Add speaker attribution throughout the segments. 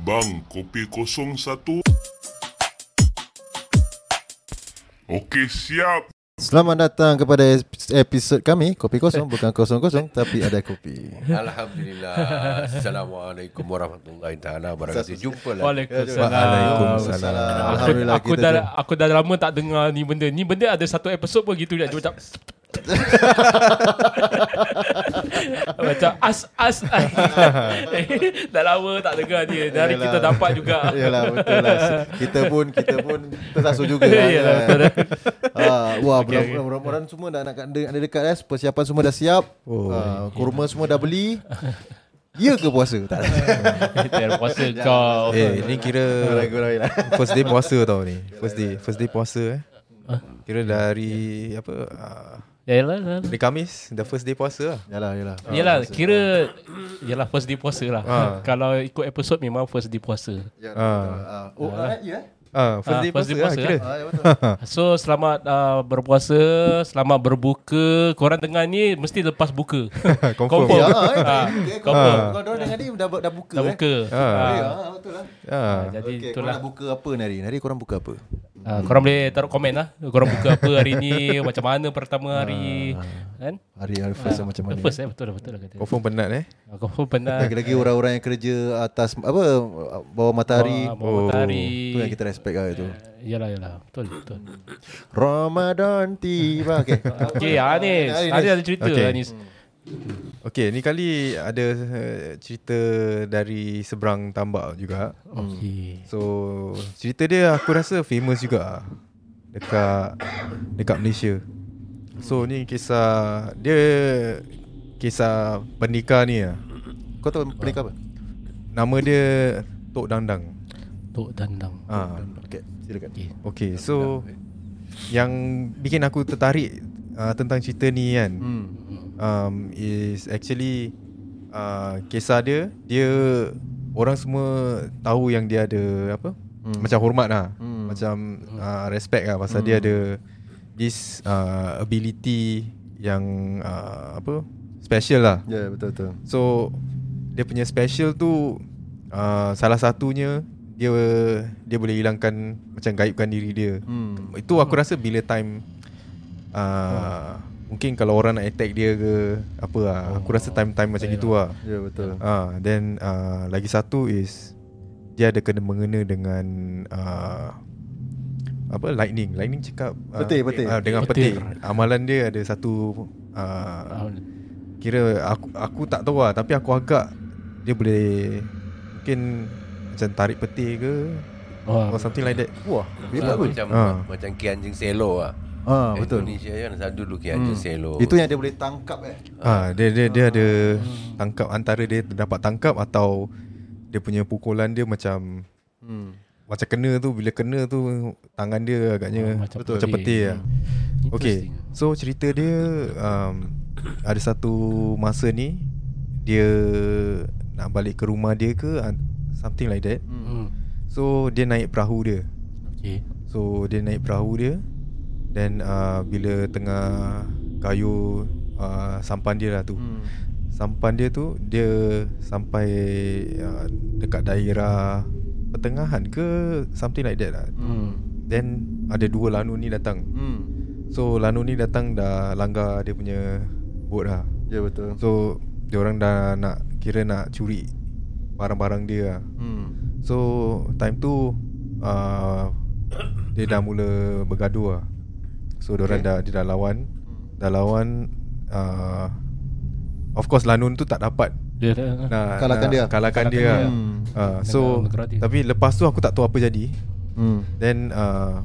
Speaker 1: Bang, kopi kosong satu. Okey, siap.
Speaker 2: Selamat datang kepada episod kami Kopi kosong bukan kosong-kosong Tapi ada kopi
Speaker 3: Alhamdulillah. Assalamualaikum warahmatullahi taala wabarakatuh. Jumpa lagi.
Speaker 2: Waalaikumsalam.
Speaker 4: Waalaikumsalam.
Speaker 2: Alhamdulillah
Speaker 4: aku
Speaker 2: kita
Speaker 4: dah
Speaker 2: dah
Speaker 4: aku dah lama tak dengar ni benda. Ni benda ada satu episod pun gitu dia macam macam as as. dah lama tak dengar dia. Dari
Speaker 2: Yalah.
Speaker 4: kita dapat juga.
Speaker 2: Yalah betul lah Kita pun Kita pun Tersasul juga lah,
Speaker 4: Yalah,
Speaker 2: kan?
Speaker 4: betul lah.
Speaker 2: Ah, Wah okay, Orang-orang semua dah nak ada, ada dekat eh. Persiapan semua dah siap Ah, Kurma semua dah beli Ya ke puasa? Tak
Speaker 4: Terpuasa kau.
Speaker 5: Eh, ni kira
Speaker 2: ragu-ragu lah
Speaker 5: first day puasa tau ni. First day, first day puasa eh. Kira dari apa? ah,
Speaker 4: Yalah. yalah.
Speaker 5: Dari Kamis, the first day puasa lah.
Speaker 2: Yalah yalah
Speaker 4: Yalah kira Yalah first day puasa lah Kalau ikut episod Memang first day puasa
Speaker 2: Ah. Ya, betul. Ah, Oh ah, ya eh?
Speaker 5: Ah,
Speaker 4: Ah,
Speaker 5: first, day,
Speaker 4: first
Speaker 5: puasa
Speaker 4: day puasa
Speaker 5: lah kira.
Speaker 4: lah.
Speaker 2: Ah, ya betul
Speaker 4: So selamat uh, berpuasa, selamat berbuka. Korang dengar ni mesti lepas buka.
Speaker 5: Confirm.
Speaker 2: Ya, eh.
Speaker 4: Confirm. Ah,
Speaker 2: Eh, kau-
Speaker 4: confirm.
Speaker 2: Kau dah dengar ni dah dah buka
Speaker 4: Dah
Speaker 2: eh?
Speaker 4: buka.
Speaker 2: Ah,
Speaker 4: Ah,
Speaker 2: ya, betul lah
Speaker 5: Ah.
Speaker 2: Okay,
Speaker 4: Jadi
Speaker 2: korang
Speaker 4: itulah.
Speaker 2: nak buka apa ni hari? Hari korang buka apa?
Speaker 4: Ah, korang boleh taruh komen lah. Korang buka apa hari ni, macam mana pertama hari. Kan?
Speaker 2: Hari hari first ah, macam mana?
Speaker 4: First eh, betul lah, betul lah kata.
Speaker 2: Oh.
Speaker 5: Confirm penat eh.
Speaker 4: Ah, Kau pun pernah
Speaker 2: Lagi-lagi orang yang kerja atas apa bawah matahari.
Speaker 4: ah, bawa
Speaker 2: Itu yang
Speaker 4: matahari. Eh.
Speaker 2: kita respect Oh. lah itu.
Speaker 4: Yalah, yalah. Betul, betul.
Speaker 2: Ramadan tiba. Okay.
Speaker 4: Okay, Anis.
Speaker 2: ah, Anis. Hmm.
Speaker 4: Anis ada cerita,
Speaker 5: Okay.
Speaker 4: Anis.
Speaker 5: Okay, ni kali ada eh, cerita dari seberang tambak juga.
Speaker 4: Hmm. Okay.
Speaker 5: So, cerita dia aku rasa famous juga ah. dekat dekat Malaysia. So, ni kisah dia kisah pendekar ni ah.
Speaker 2: Kau tahu pelik apa?
Speaker 5: Nama dia Tok Dandang.
Speaker 4: Tok Dandang.
Speaker 5: Ah.
Speaker 2: Okay, silakan.
Speaker 4: Okay.
Speaker 5: Okay so Yang bikin aku tertarik uh, Tentang cerita ni kan
Speaker 2: Hmm.
Speaker 5: um, Is actually uh, Kisah dia Dia Orang semua Tahu yang dia ada Apa Macam hormat lah Macam uh, Respect lah Pasal dia ada This uh, Ability Yang uh, Apa Special lah
Speaker 2: Ya, yeah, betul betul.
Speaker 5: So dia punya special tu uh, salah satunya dia dia boleh hilangkan macam gaibkan diri dia.
Speaker 2: Hmm.
Speaker 5: Itu aku rasa bila time uh, mungkin kalau orang nak attack dia ke apa lah. Aku rasa time-time macam gitu lah.
Speaker 2: Ya, yeah, betul.
Speaker 5: Ah, then uh, lagi satu is dia ada kena mengena dengan uh, apa lightning. Lightning cakap ah,
Speaker 2: Petir, petir.
Speaker 5: ah, dengan
Speaker 4: Petir. Ah,
Speaker 5: petir. Amalan dia ada satu
Speaker 2: Ah.
Speaker 5: uh, Kira aku aku tak tahu lah Tapi aku agak Dia boleh Mungkin Macam tarik peti ke
Speaker 4: Oh,
Speaker 5: Or something like that
Speaker 2: Wah,
Speaker 3: Ah,
Speaker 2: hebat pun.
Speaker 3: macam
Speaker 5: Ah.
Speaker 3: macam Ki Anjing Selo ah.
Speaker 2: Ah, Ha.
Speaker 4: Eh,
Speaker 2: betul. Hmm.
Speaker 3: Indonesia kan ada dulu Ki Anjing Selo.
Speaker 2: Itu yang dia boleh tangkap eh.
Speaker 5: ha, dia, dia, dia ada Tangkap Antara dia dapat tangkap Atau Dia punya pukulan dia macam
Speaker 2: Hmm.
Speaker 5: Macam kena tu Bila kena tu Tangan dia agaknya
Speaker 4: Oh, macam
Speaker 5: Macam,
Speaker 4: petir. Hmm.
Speaker 5: petir lah Okay So cerita dia um, Ada satu masa ni Dia Nak balik ke rumah dia ke an- Something like that
Speaker 4: Hmm.
Speaker 5: So dia naik perahu dia
Speaker 4: Okay.
Speaker 5: So dia naik perahu dia Then uh, bila tengah kayu uh, sampan dia lah tu hmm. Sampan dia tu dia sampai uh, dekat daerah pertengahan ke something like that lah
Speaker 2: Hmm.
Speaker 5: Then ada dua lanun ni datang
Speaker 2: Hmm.
Speaker 5: So lanun ni datang dah langgar dia punya boat lah
Speaker 2: Ya, yeah, betul.
Speaker 5: So dia orang dah nak kira nak curi barang-barang dia lah
Speaker 2: Hmm.
Speaker 5: So time tu uh, Dia dah mula bergaduh lah So diorang okay. dah Dia dah lawan Dah lawan uh, Of course Lanun tu tak dapat
Speaker 4: Dia dah.
Speaker 5: nak,
Speaker 2: Kalahkan
Speaker 5: nak
Speaker 2: dia.
Speaker 5: Kalahkan dia,
Speaker 4: Eh, dia.
Speaker 5: dia.
Speaker 2: Hmm.
Speaker 5: Uh, So
Speaker 4: bergerak dia.
Speaker 5: Tapi lepas tu aku tak tahu apa jadi
Speaker 2: Hmm.
Speaker 5: Then uh,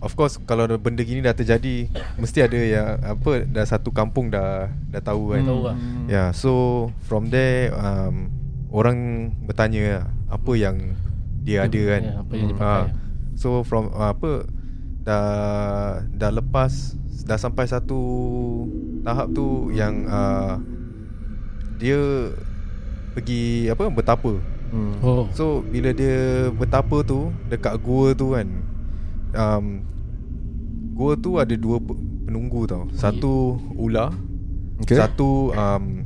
Speaker 5: Of course Kalau ada benda gini dah terjadi Mesti ada yang Apa Dah satu kampung dah Dah
Speaker 2: Hmm.
Speaker 5: tahu kan
Speaker 4: Tahu lah.
Speaker 5: Ya, yeah, so from there um, orang bertanya lah, apa yang dia ada kan.
Speaker 4: ya, apa yang dia pakai.
Speaker 5: Ah, so from uh, apa dah dah lepas dah sampai satu tahap tu yang uh, dia pergi apa bertapa.
Speaker 2: Hmm.
Speaker 4: Oh.
Speaker 5: So bila dia bertapa tu dekat gua tu kan. Um, gua tu ada dua pe- penunggu tau. Satu ular,
Speaker 2: Okay.
Speaker 5: satu um,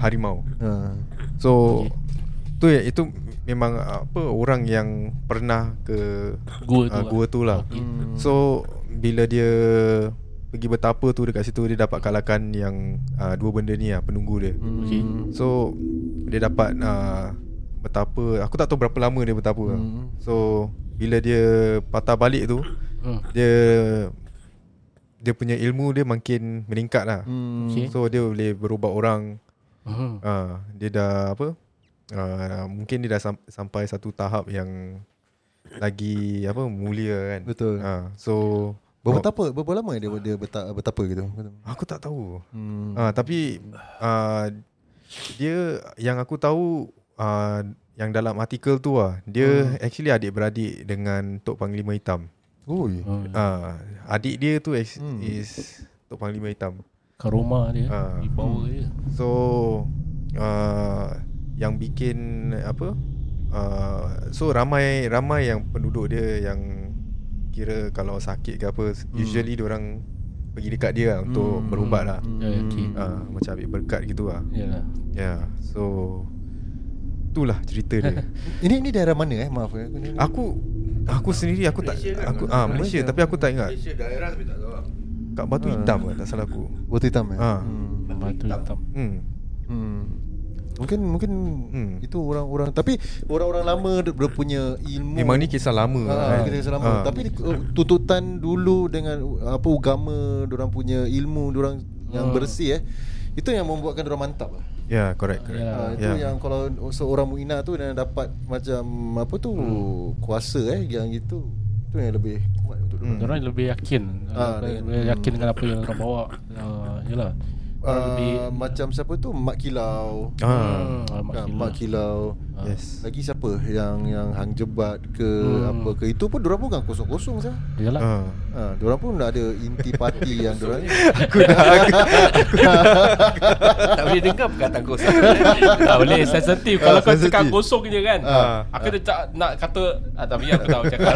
Speaker 5: harimau.
Speaker 2: Ah.
Speaker 5: So tu ya itu memang apa orang yang pernah ke
Speaker 4: Gua tu
Speaker 5: ah,
Speaker 4: lah.
Speaker 5: gua tu lah. Hmm. So bila dia pergi bertapa tu dekat situ dia dapat kalahkan yang uh, dua benda ni lah penunggu dia. Hmm.
Speaker 4: Okay.
Speaker 5: So dia dapat uh, bertapa. Aku tak tahu berapa lama dia bertapa. Hmm. So bila dia patah balik tu
Speaker 4: Hmm.
Speaker 5: dia dia punya ilmu dia makin meningkat lah. Hmm.
Speaker 4: Okay.
Speaker 5: So dia boleh berubat orang.
Speaker 4: Mhm.
Speaker 5: Uh, dia dah apa? Uh, mungkin dia dah sam- sampai satu tahap yang lagi apa mulia kan.
Speaker 2: Betul.
Speaker 5: Uh, so
Speaker 2: Berapa apa? Berapa lama dia dia berta, bertapa gitu?
Speaker 5: Aku tak tahu.
Speaker 2: Hmm.
Speaker 5: Ah tapi ah, dia yang aku tahu ah, yang dalam artikel tu ah dia actually adik-beradik dengan Tok Panglima Hitam.
Speaker 2: Ui.
Speaker 5: Ah adik dia tu ex- is Tok Panglima Hitam.
Speaker 4: Kat rumah dia
Speaker 5: Ah.
Speaker 4: Di bawah dia
Speaker 5: So ah, yang bikin apa ah, so ramai ramai yang penduduk dia yang kira kalau sakit ke apa usually diorang pergi dekat dia lah untuk berubat lah.
Speaker 4: Yeah, okay.
Speaker 5: Ah, macam ambil berkat gitu lah.
Speaker 4: Hmm. Ya, Yalah.
Speaker 5: Ya, yeah, so itulah cerita dia.
Speaker 2: Ini ini daerah mana eh? Maaf eh. Aku ni-
Speaker 5: aku aku sendiri aku tak
Speaker 3: Malaysia kan?
Speaker 5: aku ah Malaysia tapi aku tak ingat
Speaker 3: Malaysia daerah tapi tak tahu lah.
Speaker 5: kat Batu Hitam ke tak salah aku.
Speaker 2: Batu hitam eh.
Speaker 5: Ah.
Speaker 2: Hmm.
Speaker 4: Batu hitam
Speaker 5: Hmm.
Speaker 2: Hmm. Mungkin mungkin
Speaker 5: Hmm.
Speaker 2: itu orang-orang tapi orang-orang lama dia dia punya ilmu.
Speaker 5: Memang ni kisah lama
Speaker 2: Ah,
Speaker 5: kan.
Speaker 2: kita kisah lama.
Speaker 5: Ah.
Speaker 2: Tapi di- uh, tuntutan dulu dengan uh, apa agama, orang punya ilmu, orang
Speaker 5: Hmm.
Speaker 2: yang bersih eh. Itu yang membuatkan orang mantap lah.
Speaker 5: ya, yeah, correct correct.
Speaker 4: Yalah.
Speaker 2: Ha, itu
Speaker 5: Ya.
Speaker 2: yang kalau seorang mukminah tu dia dapat macam apa tu hmm. kuasa eh yang gitu. Itu yang lebih kuat untuk dia.
Speaker 4: hmm. Orang lebih yakin
Speaker 2: Ah,
Speaker 4: Lebih-
Speaker 2: dia-
Speaker 4: Lebih yakin dengan apa yang orang bawa uh, Yalah Orang lebih
Speaker 2: Uh, macam siapa tu Mak Kilau.
Speaker 5: Ah,
Speaker 4: Hmm, alamak,
Speaker 2: Kan,
Speaker 4: gila.
Speaker 2: Mak Kilau.
Speaker 5: yes.
Speaker 2: Lagi siapa yang yang hang jebat ke apa ke itu pun diorang bukan kosong-kosong sah.
Speaker 4: Yalah
Speaker 5: Ah.
Speaker 2: Ha, diorang pun ada inti parti yang diorang ni.
Speaker 3: Tak boleh dengar perkataan kosong.
Speaker 4: tak boleh sensitif Kalau
Speaker 5: Ah,
Speaker 4: kau
Speaker 5: sensitif.
Speaker 4: cakap gosong je kan
Speaker 5: Ah.
Speaker 4: Aku dah cak, nak kata ah, Tapi aku tak nak cakap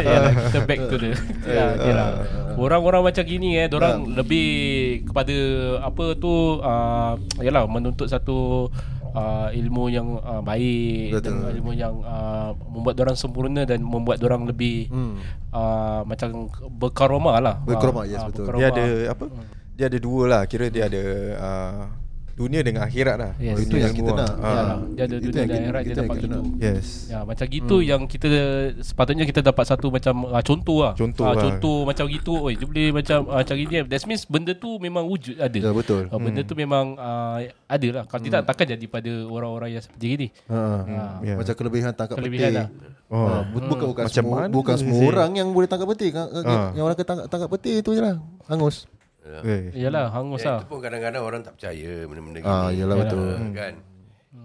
Speaker 4: Yalah, Kita back to the Ya, okay lah.
Speaker 2: Ah.
Speaker 4: Orang-orang macam gini eh Diorang lebih Kepada Apa tu uh, Yalah menuntut satu Uh, ilmu yang uh, baik
Speaker 2: Betul.
Speaker 4: dan ilmu yang uh, membuat orang sempurna dan membuat orang lebih hmm. uh, macam berkaromah lah
Speaker 2: Berkaromah,
Speaker 4: Ah,
Speaker 2: yes,
Speaker 4: ah,
Speaker 2: betul.
Speaker 4: berkaromah.
Speaker 5: Dia ada apa? Dia ada dua lah kira dia ada ah, dunia dengan akhirat lah.
Speaker 4: Yes.
Speaker 5: Dunia
Speaker 2: Itu yang
Speaker 5: ilmu
Speaker 2: kita
Speaker 5: lah.
Speaker 2: nak.
Speaker 5: Ah.
Speaker 4: Ya, dia ada
Speaker 2: Itu
Speaker 4: dunia
Speaker 2: yang kita-
Speaker 4: daerah dia
Speaker 2: kita yang
Speaker 4: dapat
Speaker 2: kita
Speaker 4: gitu.
Speaker 2: nak.
Speaker 5: Yes.
Speaker 4: Ya, macam gitu hmm. yang kita sepatutnya kita dapat satu macam uh, contoh lah.
Speaker 5: Contoh
Speaker 4: Ah,
Speaker 5: lah.
Speaker 4: contoh macam gitu. Oi, dia boleh macam uh, cari dia. That means benda tu memang wujud ada.
Speaker 2: Ya, betul. Hmm.
Speaker 4: Ah, benda tu memang uh, ada lah. Kalau tidak takkan jadi pada orang-orang yang seperti ini.
Speaker 2: Ha.
Speaker 5: Ya.
Speaker 2: Macam kelebihan tangkap
Speaker 4: Kelebihan
Speaker 2: petik.
Speaker 4: lah.
Speaker 5: Oh.
Speaker 2: Ha, bu- bukan bukan
Speaker 5: Macam
Speaker 2: semua,
Speaker 5: mana
Speaker 2: bukan semua
Speaker 5: sih?
Speaker 2: orang yang boleh tangkap peti. Ha.
Speaker 5: Ah.
Speaker 2: Yang orang tangkap tangkap peti itu je lah. Hangus.
Speaker 5: Eh.
Speaker 4: Yalah, hangus
Speaker 3: Ya,
Speaker 4: lah.
Speaker 3: itu pun kadang-kadang orang tak percaya benda-benda gini.
Speaker 2: Ah, yelah, betul.
Speaker 3: Ah, Kan?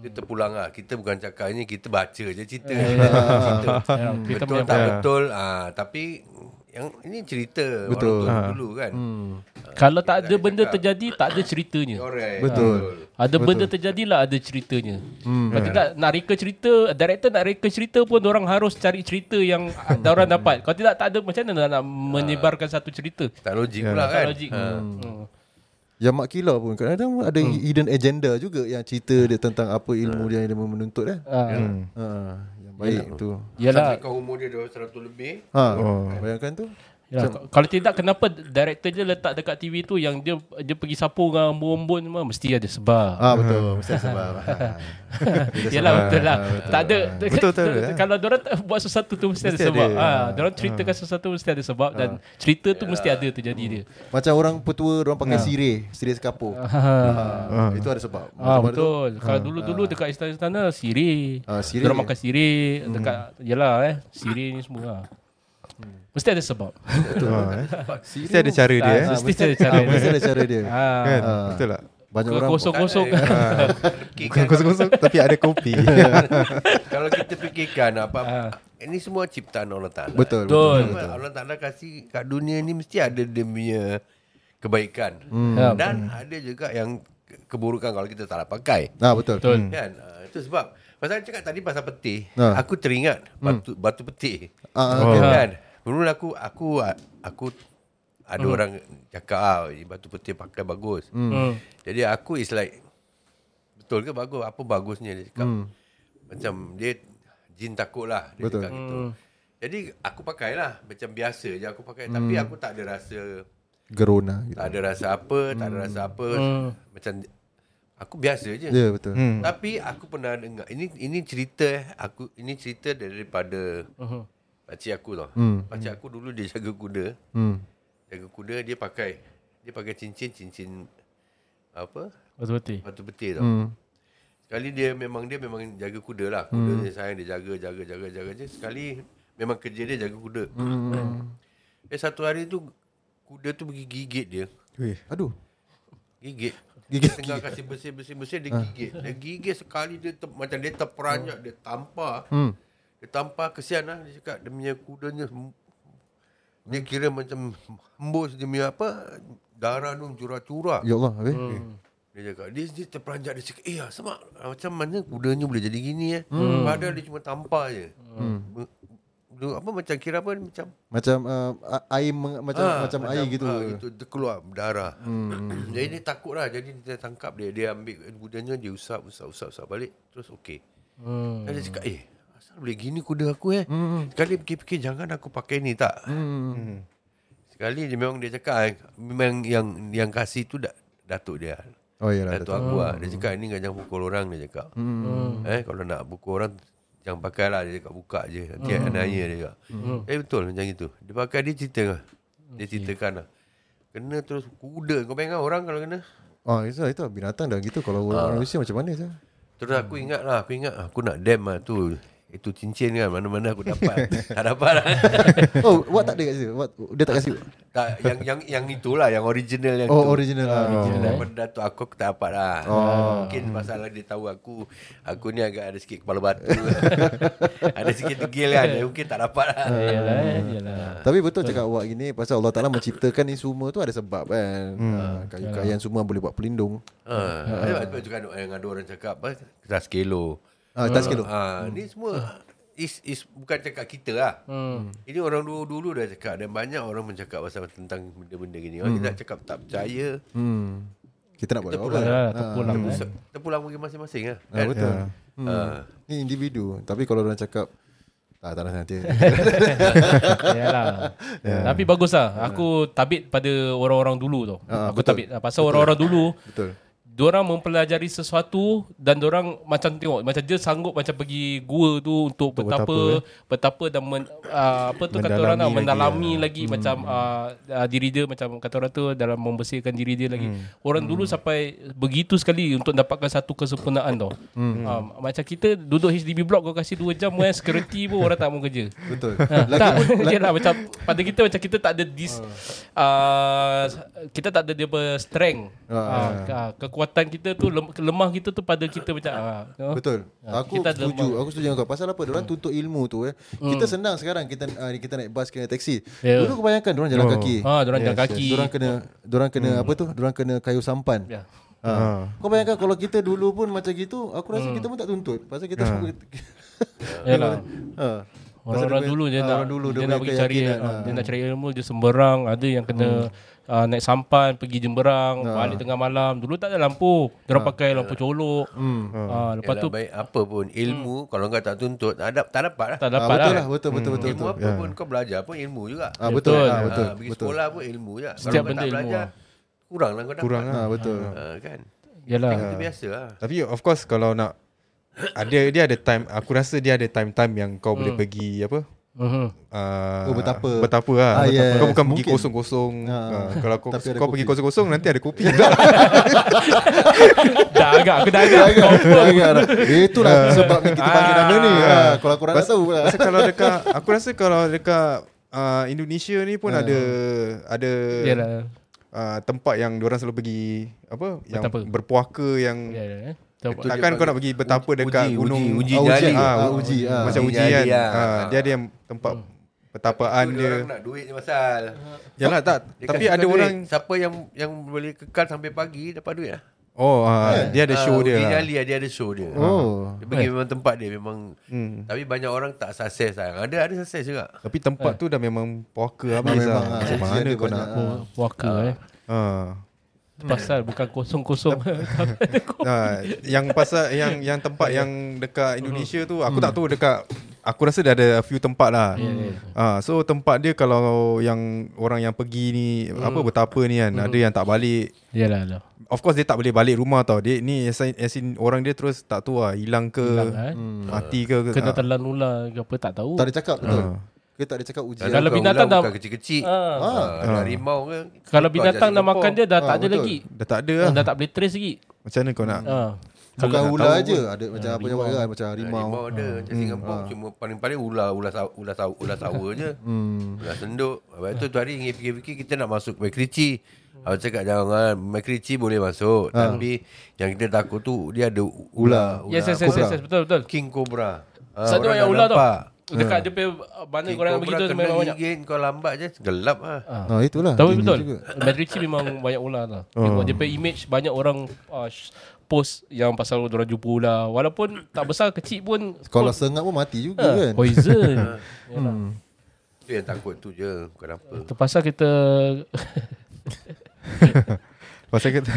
Speaker 3: Dia terpulang lah. Kita bukan cakap ni, kita baca je cerita.
Speaker 2: Eh, Ha.
Speaker 3: cerita.
Speaker 4: Ya, kita
Speaker 3: betul
Speaker 4: punya
Speaker 3: tak betul. Ah, tapi yang ini cerita
Speaker 2: Betul. Ah.
Speaker 3: orang tua dulu kan. Hmm.
Speaker 4: Kalau tak ada benda terjadi, tak ada ceritanya.
Speaker 3: Alright.
Speaker 2: Betul. Ya.
Speaker 4: Ada benda terjadilah ada ceritanya. Hmm. Macam tak nak reka cerita, director nak reka cerita pun orang harus cari cerita yang ada orang dapat. Kalau tidak tak ada macam mana
Speaker 2: Ha.
Speaker 4: nak menyebarkan satu cerita?
Speaker 3: Tak logik
Speaker 2: Ya.
Speaker 3: pula
Speaker 4: Tak
Speaker 3: kan.
Speaker 4: logik. Hmm.
Speaker 2: Yang Ya, Mak Kilau pun kadang-kadang ada hidden agenda juga yang cerita dia tentang apa ilmu dia yang dia menuntut eh.
Speaker 4: Ah.
Speaker 2: Ha. Yang baik tu.
Speaker 4: Yalah,
Speaker 3: Kau umur dia dah 100 lebih.
Speaker 2: Ha. Bayangkan tu.
Speaker 4: yalah. kalau tidak kenapa director je letak dekat TV tu yang dia dia pergi sapu dengan bumbun semua mesti ada sebab.
Speaker 2: Ah betul, mesti ada sebab.
Speaker 4: Yalah betul lah. Tak ada
Speaker 5: Betul, betul, betul.
Speaker 4: kalau orang buat sesuatu tu mesti, ada
Speaker 5: Mesti ada.
Speaker 4: sebab. Ah, orang ceritakan sesuatu mesti ada sebab dan cerita tu mesti ada terjadi dia.
Speaker 2: Macam orang petua orang pakai sirih, sirih sekapo. Ha. Itu ada sebab.
Speaker 4: Ah
Speaker 2: Sebab tu-
Speaker 4: betul. Kalau dulu-dulu dekat istana-istana sirih.
Speaker 2: Ah, sirih.
Speaker 4: Dorang makan sirih dekat yalah eh sirih ni semua. lah. Mesti ada sebab.
Speaker 5: Ah, eh. Mesti ada cara dia eh.
Speaker 4: Ah, mesti ada cara.
Speaker 2: Ah, mesti ada cara dia.
Speaker 4: Ah,
Speaker 5: Kan? Betul tak?
Speaker 2: Banyak orang
Speaker 4: kosong-kosong.
Speaker 3: Fikirkan
Speaker 5: Bukan kosong-kosong tapi ada kopi.
Speaker 3: Kalau kita fikirkan apa, ini semua ciptaan Allah Ta'ala.
Speaker 2: Betul.
Speaker 4: Ah. Betul.
Speaker 3: Memang Allah Ta'ala kasih kat dunia ni mesti ada dia punya kebaikan.
Speaker 2: Hmm.
Speaker 4: Ya,
Speaker 3: Dan ada juga yang ke- keburukan kalau kita tak nak pakai.
Speaker 2: Ah betul.
Speaker 4: Betul.
Speaker 3: Kan? Ah, itu sebab. Pasal aku cakap tadi pasal peti.
Speaker 2: Ah.
Speaker 3: Aku teringat batu, batu peti.
Speaker 2: Ah,
Speaker 5: Oh.
Speaker 3: Kan? Menurut aku, aku, aku ada
Speaker 2: Hmm.
Speaker 3: orang cakap ah, batu peti pakai bagus.
Speaker 4: Hmm.
Speaker 3: Jadi aku is like Betul ke bagus Apa bagusnya dia cakap hmm. Macam dia jin takut lah. Dia
Speaker 2: Betul.
Speaker 3: cakap Gitu. Jadi aku pakailah macam biasa je aku pakai.
Speaker 2: Hmm.
Speaker 3: Tapi aku tak ada rasa
Speaker 2: Gerona gitu.
Speaker 3: tak ada rasa apa, tak ada rasa apa. Macam aku biasa je.
Speaker 2: Ya betul. Hmm.
Speaker 3: Tapi aku pernah dengar ini ini cerita eh. aku ini cerita daripada uh-huh. pakcik aku tau. Hmm. Pakcik aku dulu dia jaga kuda.
Speaker 2: Hmm.
Speaker 3: Jaga kuda dia pakai dia pakai cincin-cincin apa?
Speaker 4: Betul-betul
Speaker 3: Batu betir tau. Hmm. Sekali dia memang dia memang jaga kuda lah. Kuda hmm. dia sayang dia jaga jaga jaga jaga je. Sekali memang kerja dia jaga kuda. Hmm. Eh satu hari tu kuda tu pergi gigit dia.
Speaker 5: Weh.
Speaker 2: Aduh.
Speaker 3: Gigit. Ah.
Speaker 2: Gigit,
Speaker 3: Dia tengah kasih bersih-bersih-bersih dia gigit. Dia gigit sekali dia ter, macam dia terperanjat, dia tampar. Hmm. Dia tampar kesian lah dia cakap dia punya kudanya sem- dia kira macam hembus dia punya apa darah tu curah-curah.
Speaker 2: Ya Allah habis. Hmm.
Speaker 3: Dia cakap dia, dia terperanjat dia cakap, "Eh, ah, semak macam mana kudanya boleh jadi gini eh?" Hmm. Padahal dia cuma tampar je. Hmm. Dia apa macam kira apa macam
Speaker 2: Macam uh, a- air meng, macam
Speaker 3: Ah,
Speaker 2: macam air gitu.
Speaker 3: ah, gitu dia keluar darah. Hmm. jadi dia takut lah. Jadi dia tangkap dia. Dia ambil kudanya, dia usap, usap, usap, usap balik. Terus okey. Hmm. Dia cakap, eh, asal boleh gini kuda aku eh. Hmm. Sekali fikir-fikir, jangan aku pakai ni tak. Hmm. Sekali dia memang dia cakap, ah, memang yang yang kasih tu dat, datuk dia.
Speaker 2: Oh iyalah.
Speaker 3: Datuk aku lah. Dia cakap, ni jangan pukul orang, dia cakap. Hmm. Eh, kalau nak pukul orang, jangan pakai lah. Dia cakap, buka je. Nanti hmm. anaknya dia cakap. Hmm. Eh, betul macam itu. Dia pakai, dia cerita lah. Dia ceritakan lah. Kena terus kuda. Kau bayangkan orang kalau kena.
Speaker 2: Oh itu itu binatang dah gitu kalau orang Malaysia macam mana saja.
Speaker 3: Terus aku ingat lah. Aku ingat aku nak dam lah tu. Itu cincin kan. Mana-mana aku dapat. tak dapat lah.
Speaker 2: Oh, what tak ada kat situ? What, dia tak kasih.
Speaker 3: tak, yang, yang, yang itulah. Yang original yang
Speaker 2: Oh, Oh.
Speaker 3: tu.
Speaker 2: original lah.
Speaker 3: Original daripada datuk aku aku tak dapat lah Mungkin masalah dia tahu aku Aku ni agak ada sikit kepala batu Ada sikit tegil kan Dia Mungkin tak dapat lah
Speaker 4: Yalah eh, Yalah
Speaker 2: Tapi betul cakap awak gini pasal Allah Taala menciptakan ni semua tu ada sebab kan. Ah, kayu-kayuan semua boleh buat pelindung.
Speaker 3: ha. Sebab tu juga ada- yang ada Eh, orang cakap apa, Keras kilo
Speaker 2: Ah, tak sekilo.
Speaker 3: ha. Ni
Speaker 2: Hmm.
Speaker 3: semua is, is Bukan cakap kita lah Ini orang dulu-dulu dah cakap Dan banyak orang mencakap pasal tentang benda-benda gini Orang kita cakap tak percaya
Speaker 2: Hmm. Kita nak buat apa?
Speaker 4: Yalah Terpulang eh.
Speaker 3: se- Kita pulang pergi masing-masing lah Ah,
Speaker 2: Ah, betul.
Speaker 5: Ya.
Speaker 2: Hmm. Ni individu. Tapi kalau orang cakap "Ah, tak tak nanti.
Speaker 4: Yalah.
Speaker 2: Ya.
Speaker 4: Tapi bagus lah Aku tabit pada orang-orang dulu tau
Speaker 2: Ah,
Speaker 4: Aku
Speaker 2: betul.
Speaker 4: tabit Ah, Pasal orang-orang dulu
Speaker 2: betul.
Speaker 4: Diorang mempelajari sesuatu Dan diorang macam tengok Macam dia sanggup macam pergi gua tu Untuk
Speaker 2: eh.
Speaker 4: betapa Betapa dan men, ah, Apa tu kata
Speaker 5: Mendalami
Speaker 4: orang nak
Speaker 5: lagi,
Speaker 2: ya.
Speaker 4: Mendalami
Speaker 2: Hmm.
Speaker 4: lagi, Macam ah, ah, diri dia Macam kata orang tu Dalam membersihkan diri dia lagi
Speaker 2: Hmm.
Speaker 4: Orang dulu sampai Begitu sekali Untuk dapatkan satu kesempurnaan tau
Speaker 2: Hmm.
Speaker 4: Ah, Macam kita duduk HDB block Kau kasih 2 jam eh, Security pun orang tak mau kerja
Speaker 2: Betul.
Speaker 4: Ha, tak, yelah, macam pada kita macam kita tak ada this
Speaker 2: Ha.
Speaker 4: uh, kita tak ada dia punya strength. Uh,
Speaker 2: ha.
Speaker 4: uh, kekuatan kita tu lem, lemah kita tu pada kita macam uh,
Speaker 2: Betul. Aku
Speaker 4: kita ada
Speaker 2: setuju. Aku setuju dengan kau. Pasal apa? Diorang tuntut ilmu tu eh. Kita senang sekarang kita ah, kita naik bas kena taksi.
Speaker 4: Ya.
Speaker 2: Dulu kebanyakan diorang jalan kaki.
Speaker 4: Ha, dorang jalan kaki.
Speaker 2: Diorang kena diorang kena apa tu? Diorang kena kayu sampan.
Speaker 4: Ya.
Speaker 5: Ah,
Speaker 2: Ha. Kau bayangkan kalau kita dulu pun macam gitu, aku rasa
Speaker 4: Hmm.
Speaker 2: kita pun tak tuntut. Pasal kita semua
Speaker 4: Yalah.
Speaker 2: ha.
Speaker 4: Orang-orang dulu dia nak
Speaker 2: orang dulu dia
Speaker 4: dia,
Speaker 2: punya
Speaker 4: nak pergi cari
Speaker 2: keyakinan, ha.
Speaker 4: ah, dia nak cari ilmu dia semberang, ada yang kena
Speaker 2: Hmm.
Speaker 4: ah, naik sampan, pergi
Speaker 2: Ha.
Speaker 4: Jemberang, balik tengah malam. Dulu tak ada lampu. Dia pakai lampu colok.
Speaker 2: Hmm. Ha.
Speaker 4: Ah, lepas
Speaker 3: Yalah,
Speaker 4: tu
Speaker 3: baik apa pun Ilmu Kalau kau tak tuntut Tak, ada- tak dapat lah
Speaker 2: Ah,
Speaker 4: tak dapat
Speaker 2: betul
Speaker 4: lah.
Speaker 2: lah, betul betul betul
Speaker 3: Ilmu
Speaker 2: betul.
Speaker 3: apa
Speaker 5: Ya.
Speaker 3: pun Kau belajar pun ilmu juga
Speaker 2: Ah betul,
Speaker 4: Betul.
Speaker 2: ah, betul.
Speaker 3: ha, pergi sekolah pun ilmu je.
Speaker 4: Setiap
Speaker 3: Kalau kau
Speaker 4: benda
Speaker 3: tak
Speaker 4: ilmu
Speaker 3: belajar,
Speaker 4: lah.
Speaker 3: kurang lah kau dapat.
Speaker 5: Kurang
Speaker 2: Ha,
Speaker 5: lah
Speaker 2: betul.
Speaker 3: Ha, kan?
Speaker 4: Yalah.
Speaker 2: Ha.
Speaker 3: Itu biasa lah.
Speaker 5: Tapi of course kalau nak ada dia ada time aku rasa dia ada time-time yang kau boleh pergi apa
Speaker 4: Mhm.
Speaker 5: Uh,
Speaker 2: Oh, betapa.
Speaker 5: Betapa
Speaker 2: Ah,
Speaker 5: lah
Speaker 2: yes.
Speaker 5: Kau bukan pergi
Speaker 2: Mungkin.
Speaker 5: kosong-kosong
Speaker 2: Ah.
Speaker 5: Ah, Kalau kau,
Speaker 2: Tapi ada
Speaker 5: kau
Speaker 2: kopi.
Speaker 5: pergi kosong-kosong Nanti ada kopi
Speaker 4: Dah agak aku dah agak.
Speaker 2: Dah agak dah. Itulah sebabnya kita panggil nama ni. Ha, kalau korang tak tahu lah.
Speaker 5: Pasal kalau dekat Aku rasa kalau dekat uh, Indonesia ni pun
Speaker 2: Ah.
Speaker 5: ada Ada
Speaker 4: Yalah.
Speaker 5: uh, Tempat yang orang selalu pergi Apa Yang
Speaker 4: Betapa.
Speaker 5: berpuaka Yang
Speaker 4: Yalah. eh. Tahu-
Speaker 3: Betul.
Speaker 5: Takkan
Speaker 3: dia
Speaker 5: kau nak pergi betapa
Speaker 3: uji-
Speaker 5: dekat
Speaker 3: uji-
Speaker 5: gunung
Speaker 3: uji
Speaker 5: Ah,
Speaker 3: nyali.
Speaker 5: ah,
Speaker 2: Ah, uji, ah.
Speaker 5: Macam
Speaker 3: Uji
Speaker 5: ujian
Speaker 3: nyali lah.
Speaker 5: Ah, Dia ada yang tempat Petapaan
Speaker 3: Itu
Speaker 5: dia
Speaker 3: Orang nak duit je masal.
Speaker 5: Yalah tak
Speaker 3: Dia
Speaker 5: Tapi
Speaker 3: kasi
Speaker 5: ada
Speaker 3: kau duit.
Speaker 5: orang
Speaker 3: Siapa yang yang boleh kekal sampai pagi dapat duit lah.
Speaker 5: Oh ah, Dia ada
Speaker 3: Ah,
Speaker 5: show dia
Speaker 3: Uji
Speaker 5: lah.
Speaker 3: nyali lah, dia ada show dia.
Speaker 2: Oh.
Speaker 3: Dia
Speaker 4: Eh.
Speaker 3: pergi memang tempat dia memang
Speaker 5: Hmm.
Speaker 3: Tapi banyak orang tak sukses lah Ada ada sukses juga
Speaker 5: Tapi tempat tu dah memang puaka
Speaker 2: Memang,
Speaker 5: habis
Speaker 2: ah,
Speaker 5: lah Macam
Speaker 2: ujian
Speaker 5: mana
Speaker 2: dia
Speaker 5: kau
Speaker 2: banyak,
Speaker 5: nak
Speaker 2: ah.
Speaker 4: Puaka eh
Speaker 5: Ah.
Speaker 4: Pasal bukan kosong-kosong
Speaker 5: Ha, yang pasal yang yang tempat yang dekat Indonesia tu aku tak tahu dekat aku rasa dah ada a few tempat lah. Ah so tempat dia kalau yang orang yang pergi ni apa betapa ni kan ada yang tak balik.
Speaker 4: Yalah lah
Speaker 5: Of course dia tak boleh balik rumah tau. Dia ni as in, as in orang dia terus tak tahu lah hilang ke
Speaker 4: Hilang, eh.
Speaker 5: hmm, mati ke
Speaker 4: Kena
Speaker 5: ah.
Speaker 4: telan ular ke apa tak tahu
Speaker 2: Tak ada cakap betul. Kita tak ada cakap ujian.
Speaker 4: Kalau
Speaker 3: Bukan
Speaker 4: binatang
Speaker 3: ular,
Speaker 4: dah-
Speaker 3: bukan kecil-kecil.
Speaker 4: Ha.
Speaker 3: Ha,
Speaker 5: Ah.
Speaker 3: ada harimau ke.
Speaker 4: Kalau binatang dah makan dia dah
Speaker 2: Ah,
Speaker 4: tak ada
Speaker 2: betul. Ya.
Speaker 4: lagi
Speaker 5: Dah tak ada lah.
Speaker 4: Dah tak boleh trace lagi
Speaker 5: Macam mana kau nak?
Speaker 4: Ha.
Speaker 2: Bukan
Speaker 4: Kalau-
Speaker 2: ular aje, ada macam apa yang kan macam harimau.
Speaker 3: Harimau ada macam Singapura cuma paling-paling ular ular saw- ular saw- ular sawa je. Ular senduk. Lepas tu tu hari ingat fikir-fikir kita nak masuk McRitchie. Aku cakap jangan McRitchie boleh masuk tapi yang kita takut tu dia ada Ah. ular. ular
Speaker 4: Yes yes yes, yes, yes betul betul
Speaker 3: King Cobra.
Speaker 2: Ah,
Speaker 3: Ha,
Speaker 4: Satu
Speaker 3: orang
Speaker 4: yang
Speaker 3: dah
Speaker 4: ular tau
Speaker 3: nampak.
Speaker 4: Dekat dia punya Mana
Speaker 3: King
Speaker 4: korang nak
Speaker 3: Cobra
Speaker 4: begitu
Speaker 3: kena
Speaker 4: Memang banyak
Speaker 3: gigit kau lambat je gelap ah.
Speaker 2: Ha itulah.
Speaker 4: Tapi
Speaker 2: Ini
Speaker 4: betul
Speaker 2: juga. Ah.
Speaker 4: Medrici memang banyak ular lah oh. Dia punya image Banyak orang uh, sh- Post Yang pasal orang jumpa ular Walaupun Tak besar kecil pun
Speaker 2: Kalau
Speaker 4: pun-
Speaker 2: sengak pun mati juga
Speaker 4: Ah,
Speaker 2: kan.
Speaker 4: Poison Yalah.
Speaker 3: Tu yang takut tu je. Bukan apa.
Speaker 4: Terpaksa kita
Speaker 5: Pasal kita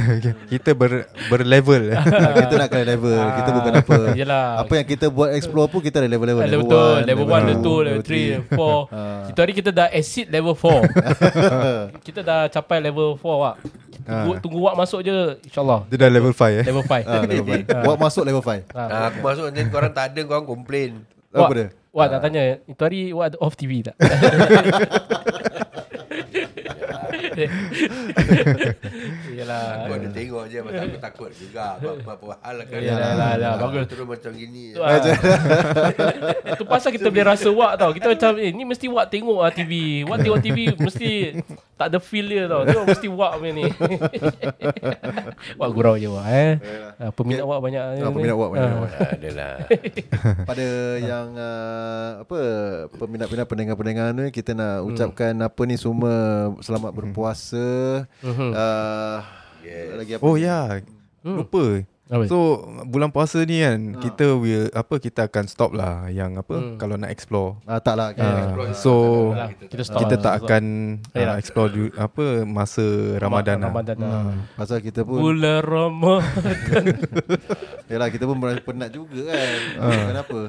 Speaker 5: kita ber, berlevel.
Speaker 2: kita nak kena level. Kita bukan apa.
Speaker 4: Yelah.
Speaker 2: Apa yang kita buat explore pun kita ada level-level.
Speaker 4: Level betul Level 1, level
Speaker 2: two,
Speaker 4: 2, level 3, level
Speaker 2: Ah.
Speaker 4: 4 Kita hari kita dah exceed level 4 Kita dah capai level 4 Wak Tunggu, tunggu Wak masuk je InsyaAllah
Speaker 5: Dia dah level 5 eh.
Speaker 4: Level 5
Speaker 2: Ah, level five. Buat masuk level 5.
Speaker 3: Ah, aku masuk nanti korang tak ada korang komplain.
Speaker 2: Apa dia? Ah.
Speaker 4: Wak nak tanya Itu hari Wak ada off TV tak? Yelah
Speaker 3: Aku ada tengok je pasal aku takut juga apa-apa hal akan. Ah,
Speaker 4: Yalah, yalah,
Speaker 3: ya,
Speaker 4: yalah, bagus.
Speaker 3: Terus macam gini.
Speaker 4: Ah. Itu pasal kita boleh rasa wak tau Kita macam Eh ni mesti wak tengok lah TV Wak tengok TV Mesti Tak ada feel dia tau Tengok mesti wak punya ni Wak gurau je wak eh Ah, Peminat wak banyak
Speaker 2: Ah, peminat awak banyak. awak.
Speaker 3: Ah, adalah.
Speaker 2: Pada yang uh, apa peminat-peminat pendengar-pendengar ni kita nak
Speaker 5: Hmm.
Speaker 2: ucapkan apa ni semua selamat berpuasa. Uh, lagi apa?
Speaker 5: Hmm. Oh ya. Yeah.
Speaker 4: Hmm.
Speaker 5: Lupa.
Speaker 4: Apa?
Speaker 5: So bulan puasa ni
Speaker 2: Ah.
Speaker 5: kan kita will apa kita akan stop lah yang apa
Speaker 4: Hmm.
Speaker 5: kalau nak explore.
Speaker 2: Ah, tak lah.
Speaker 5: Ah,
Speaker 2: Kan.
Speaker 5: so
Speaker 4: Yalah, Eh, Kita stop
Speaker 5: kita
Speaker 4: lah.
Speaker 5: tak akan
Speaker 4: Yalah.
Speaker 5: uh, explore du, apa masa Ramadan. lah.
Speaker 4: Ramadan lah.
Speaker 2: Pasal kita pun
Speaker 4: Bulan Ramadan
Speaker 2: Yalah kita pun merasa penat juga kan.
Speaker 5: Ah.
Speaker 2: Kenapa?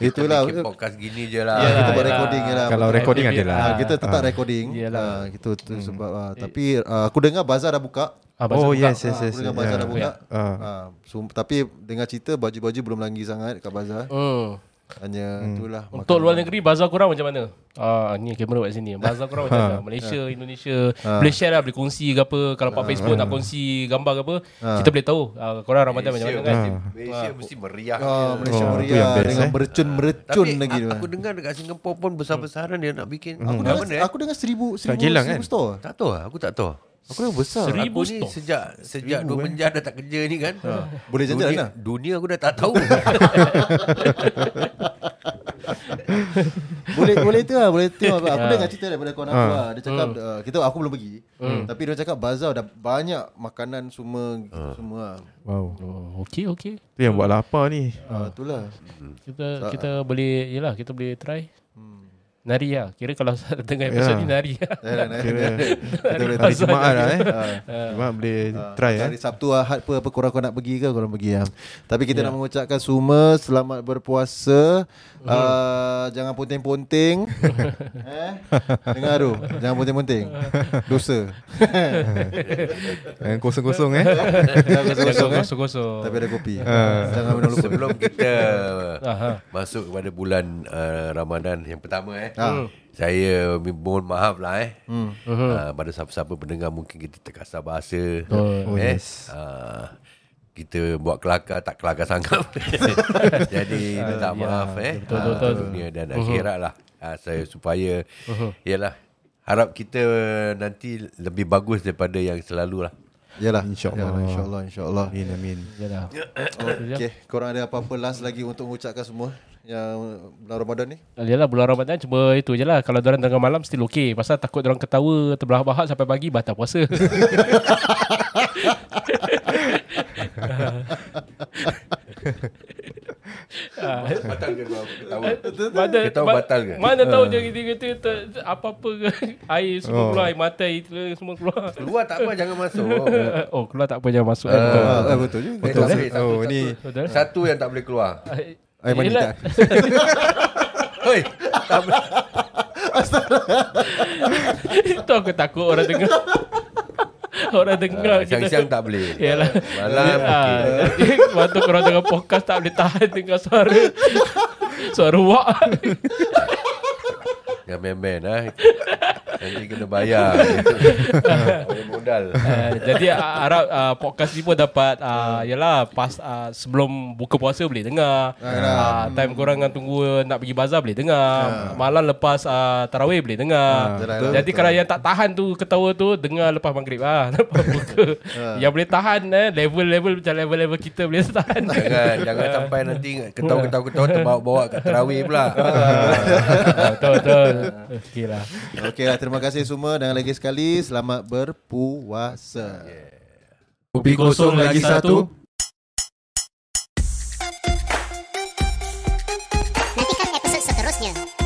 Speaker 2: Itulah
Speaker 3: Bikin podcast gini je lah.
Speaker 2: Ah, kita buat
Speaker 4: Yalah.
Speaker 2: recording je lah.
Speaker 5: Kalau
Speaker 2: Betul.
Speaker 5: recording ada lah.
Speaker 2: Ah, kita tetap recording.
Speaker 4: Yalah.
Speaker 2: Ah, gitu tu
Speaker 5: Hmm.
Speaker 2: sebab ah, tapi ah, aku dengar bazar dah buka.
Speaker 4: Ah, pasal
Speaker 5: Oh
Speaker 4: buka.
Speaker 5: yes yes
Speaker 2: Ah,
Speaker 5: yes.
Speaker 2: aku dengar bazar
Speaker 5: yeah.
Speaker 2: dah buka.
Speaker 5: Ah.
Speaker 2: Ah, so, tapi dengar cerita baju-baju belum lagi sangat kat bazar.
Speaker 5: Oh.
Speaker 4: Hmm.
Speaker 2: Hanya itulah.
Speaker 4: Untuk luar negeri Bazar korang macam mana? Ah ni kamera kat sini. Bazar korang macam mana? Malaysia, Indonesia. Boleh share lah, boleh kongsi ke apa. Kalau kat Facebook nak kongsi gambar ke apa, kita boleh tahu ah, korang Ramadan macam mana kan.
Speaker 3: Malaysia mesti meriah.
Speaker 2: Ah, Malaysia
Speaker 5: Oh, tu
Speaker 2: Meriah
Speaker 5: yang best,
Speaker 2: dengan
Speaker 5: eh.
Speaker 2: mercun-mercun
Speaker 3: Tapi
Speaker 2: lagi. Hmm.
Speaker 3: aku,
Speaker 2: tu.
Speaker 3: aku dengar dekat Singapura pun besar-besaran dia nak bikin.
Speaker 2: Aku
Speaker 3: Aku dah
Speaker 2: dengar,
Speaker 3: mana eh?
Speaker 2: aku dengar seribu, seribu,
Speaker 5: Gilang,
Speaker 2: seribu
Speaker 5: kan?
Speaker 2: store.
Speaker 3: Tak tahu lah. Aku tak tahu.
Speaker 2: Aku dengar besar.
Speaker 4: Seribu?
Speaker 3: Aku ni
Speaker 4: stok. eh?
Speaker 3: sejak sejak dua menjah dah tak kerja ni kan.
Speaker 2: Ha. Boleh jajan
Speaker 3: dunia,
Speaker 2: lah.
Speaker 3: dunia aku dah tak tahu.
Speaker 2: boleh boleh tu lah, boleh tengok. Aku
Speaker 3: Ya.
Speaker 2: dengar cerita daripada kawan aku lah. Dia cakap,
Speaker 3: Hmm.
Speaker 2: ah, kita aku belum pergi. Tapi dia cakap bazar dah banyak makanan semua semua lah.
Speaker 5: Wow.
Speaker 4: Oh, okey okey.
Speaker 5: Tu yang buat lapar ni.
Speaker 2: Ah, itulah.
Speaker 4: Kita kita boleh yalah kita boleh try. Nari lah Kira kalau tengah episod
Speaker 5: Ya.
Speaker 4: ni nari
Speaker 2: Dah,
Speaker 4: lah
Speaker 2: dah, dah.
Speaker 5: Kira
Speaker 2: Eh, Kita boleh
Speaker 5: hari Jumaat lah eh.
Speaker 4: Ah.
Speaker 5: Jumaat boleh try eh.
Speaker 2: Hari Sabtu Ahad apa, apa korang kau nak pergi ke korang pergi ya. Tapi kita nak mengucapkan semua selamat berpuasa. Uh, jangan ponting-ponting. eh? Dengar tu. Jangan ponting-ponting. Dosa.
Speaker 5: Yang kosong-kosong eh.
Speaker 4: Kosong kosong kosong
Speaker 2: Tapi ada kopi.
Speaker 5: Ah.
Speaker 2: Jangan minum lupa.
Speaker 3: Sebelum kita
Speaker 4: Aha.
Speaker 3: masuk kepada bulan uh, Ramadan yang pertama eh.
Speaker 2: Ah.
Speaker 3: Saya mohon maaf lah eh. Hmm. Uh, pada siapa-siapa pendengar mungkin kita terkasar bahasa.
Speaker 4: Oh,
Speaker 3: eh. yes. Uh, kita buat kelakar tak kelakar sanggup. Jadi minta maaf eh.
Speaker 4: betul,
Speaker 3: Ah,
Speaker 4: betul, betul.
Speaker 3: Dunia dan akhirat lah. Ah, saya supaya yalah harap kita nanti lebih bagus daripada yang selalu lah.
Speaker 2: Yalah.
Speaker 5: InsyaAllah.
Speaker 2: Yalah, Insya-Allah insya-Allah.
Speaker 5: Amin amin.
Speaker 4: Yalah.
Speaker 2: Okey, korang ada apa-apa last lagi untuk mengucapkan semua yang bulan Ramadan ni?
Speaker 4: Yalah bulan Ramadan cuma itu je lah Kalau diorang tengah malam still okay Pasal takut diorang ketawa Terbahak-bahak sampai pagi Batal puasa
Speaker 3: Batal ke kau ketawa?
Speaker 4: Mana,
Speaker 3: Kau tahu
Speaker 4: ma-
Speaker 3: batal ke?
Speaker 4: Mana tahu dia kata-kata ter- apa-apa ke. Air semua
Speaker 5: Oh.
Speaker 4: keluar, air mata, air tela semua keluar.
Speaker 3: Keluar tak apa jangan masuk.
Speaker 4: Eh, oh, keluar tak apa jangan masuk. Uh,
Speaker 2: Ah, betul juga.
Speaker 3: Betul
Speaker 5: eh?
Speaker 3: eh? Satu,
Speaker 5: Oh,
Speaker 3: satu,
Speaker 5: ni.
Speaker 4: Betul. Eh,
Speaker 3: Satu yang tak boleh keluar.
Speaker 2: Air mandi tak.
Speaker 3: Hoi, tak boleh.
Speaker 4: Itu aku takut orang dengar. orang dengar.
Speaker 3: Ah, Siang-siang tak boleh.
Speaker 4: Yalah.
Speaker 3: Malam okey.
Speaker 4: okay. Waktu korang tengah podcast tak boleh tahan dengar suara. suara wak.
Speaker 3: Yang main-main ah. Nanti kena bayar. Ada modal.
Speaker 4: Uh, jadi ah, harap uh, podcast ni pun dapat uh, yalah pas uh, sebelum buka puasa boleh dengar. Uh, time korang kan tunggu nak pergi bazar boleh dengar. Malam lepas uh, tarawih boleh dengar.
Speaker 2: Yalah,
Speaker 4: jadi kalau yang tak tahan tu ketawa tu dengar lepas maghrib ah lepas buka. yang boleh tahan eh level-level macam level-level kita boleh tahan.
Speaker 3: Jangan jangan sampai nanti ketawa-ketawa-ketawa terbawa-bawa kat tarawih pula.
Speaker 4: Ah, betul betul. Okey lah.
Speaker 2: Okey lah, terima kasih semua dan lagi sekali selamat berpuasa.
Speaker 4: Kopi
Speaker 5: kosong lagi satu.
Speaker 6: Nantikan episod seterusnya.